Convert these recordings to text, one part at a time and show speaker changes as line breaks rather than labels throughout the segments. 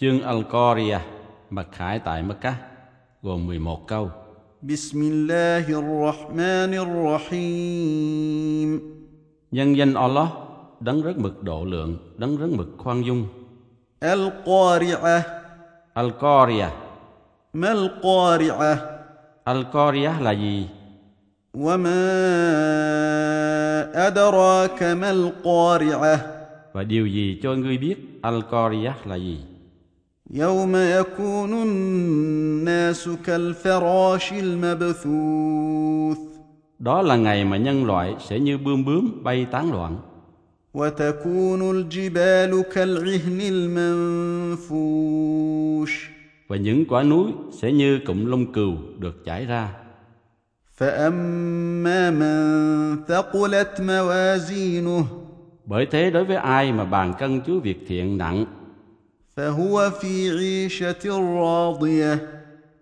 Chương Al-Qoria mặc khải tại Mecca gồm 11 câu.
بسم الله الرحمن الرحيم
Nhân danh Allah, đấng rất mực độ lượng, đấng rất mực khoan dung.
القارعة
Al-Qoria.
ما القارعة
Al-Qoria là gì?
وما أدراك ما القارعة
Và điều gì cho ngươi biết Al-Qoria là gì?
يوم يكون الناس كالفراش المبثوث
Đó là ngày mà nhân loại sẽ như bươm bướm bay tán loạn
وتكون الجبال كالعهن المنفوش
và những quả núi sẽ như cụm lông cừu được chảy ra.
فأما من ثقلت موازينه
Bởi thế đối với ai mà bàn cân chứa việc thiện nặng
فهو في عيشة راضية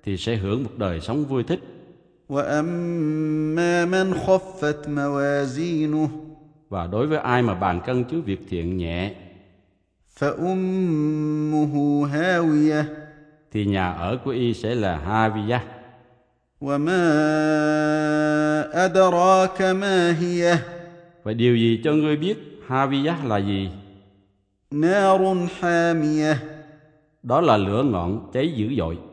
thì sẽ hưởng một đời sống vui thích.
وأما من خفت موازينه
Và đối với ai mà bàn cân chứa việc thiện nhẹ
فأمه هاوية
thì nhà ở của y sẽ là Haviya.
وما أدراك ما هي
Và điều gì cho ngươi biết Haviya là gì?
نار حامية
Đó là lửa ngọn cháy dữ dội.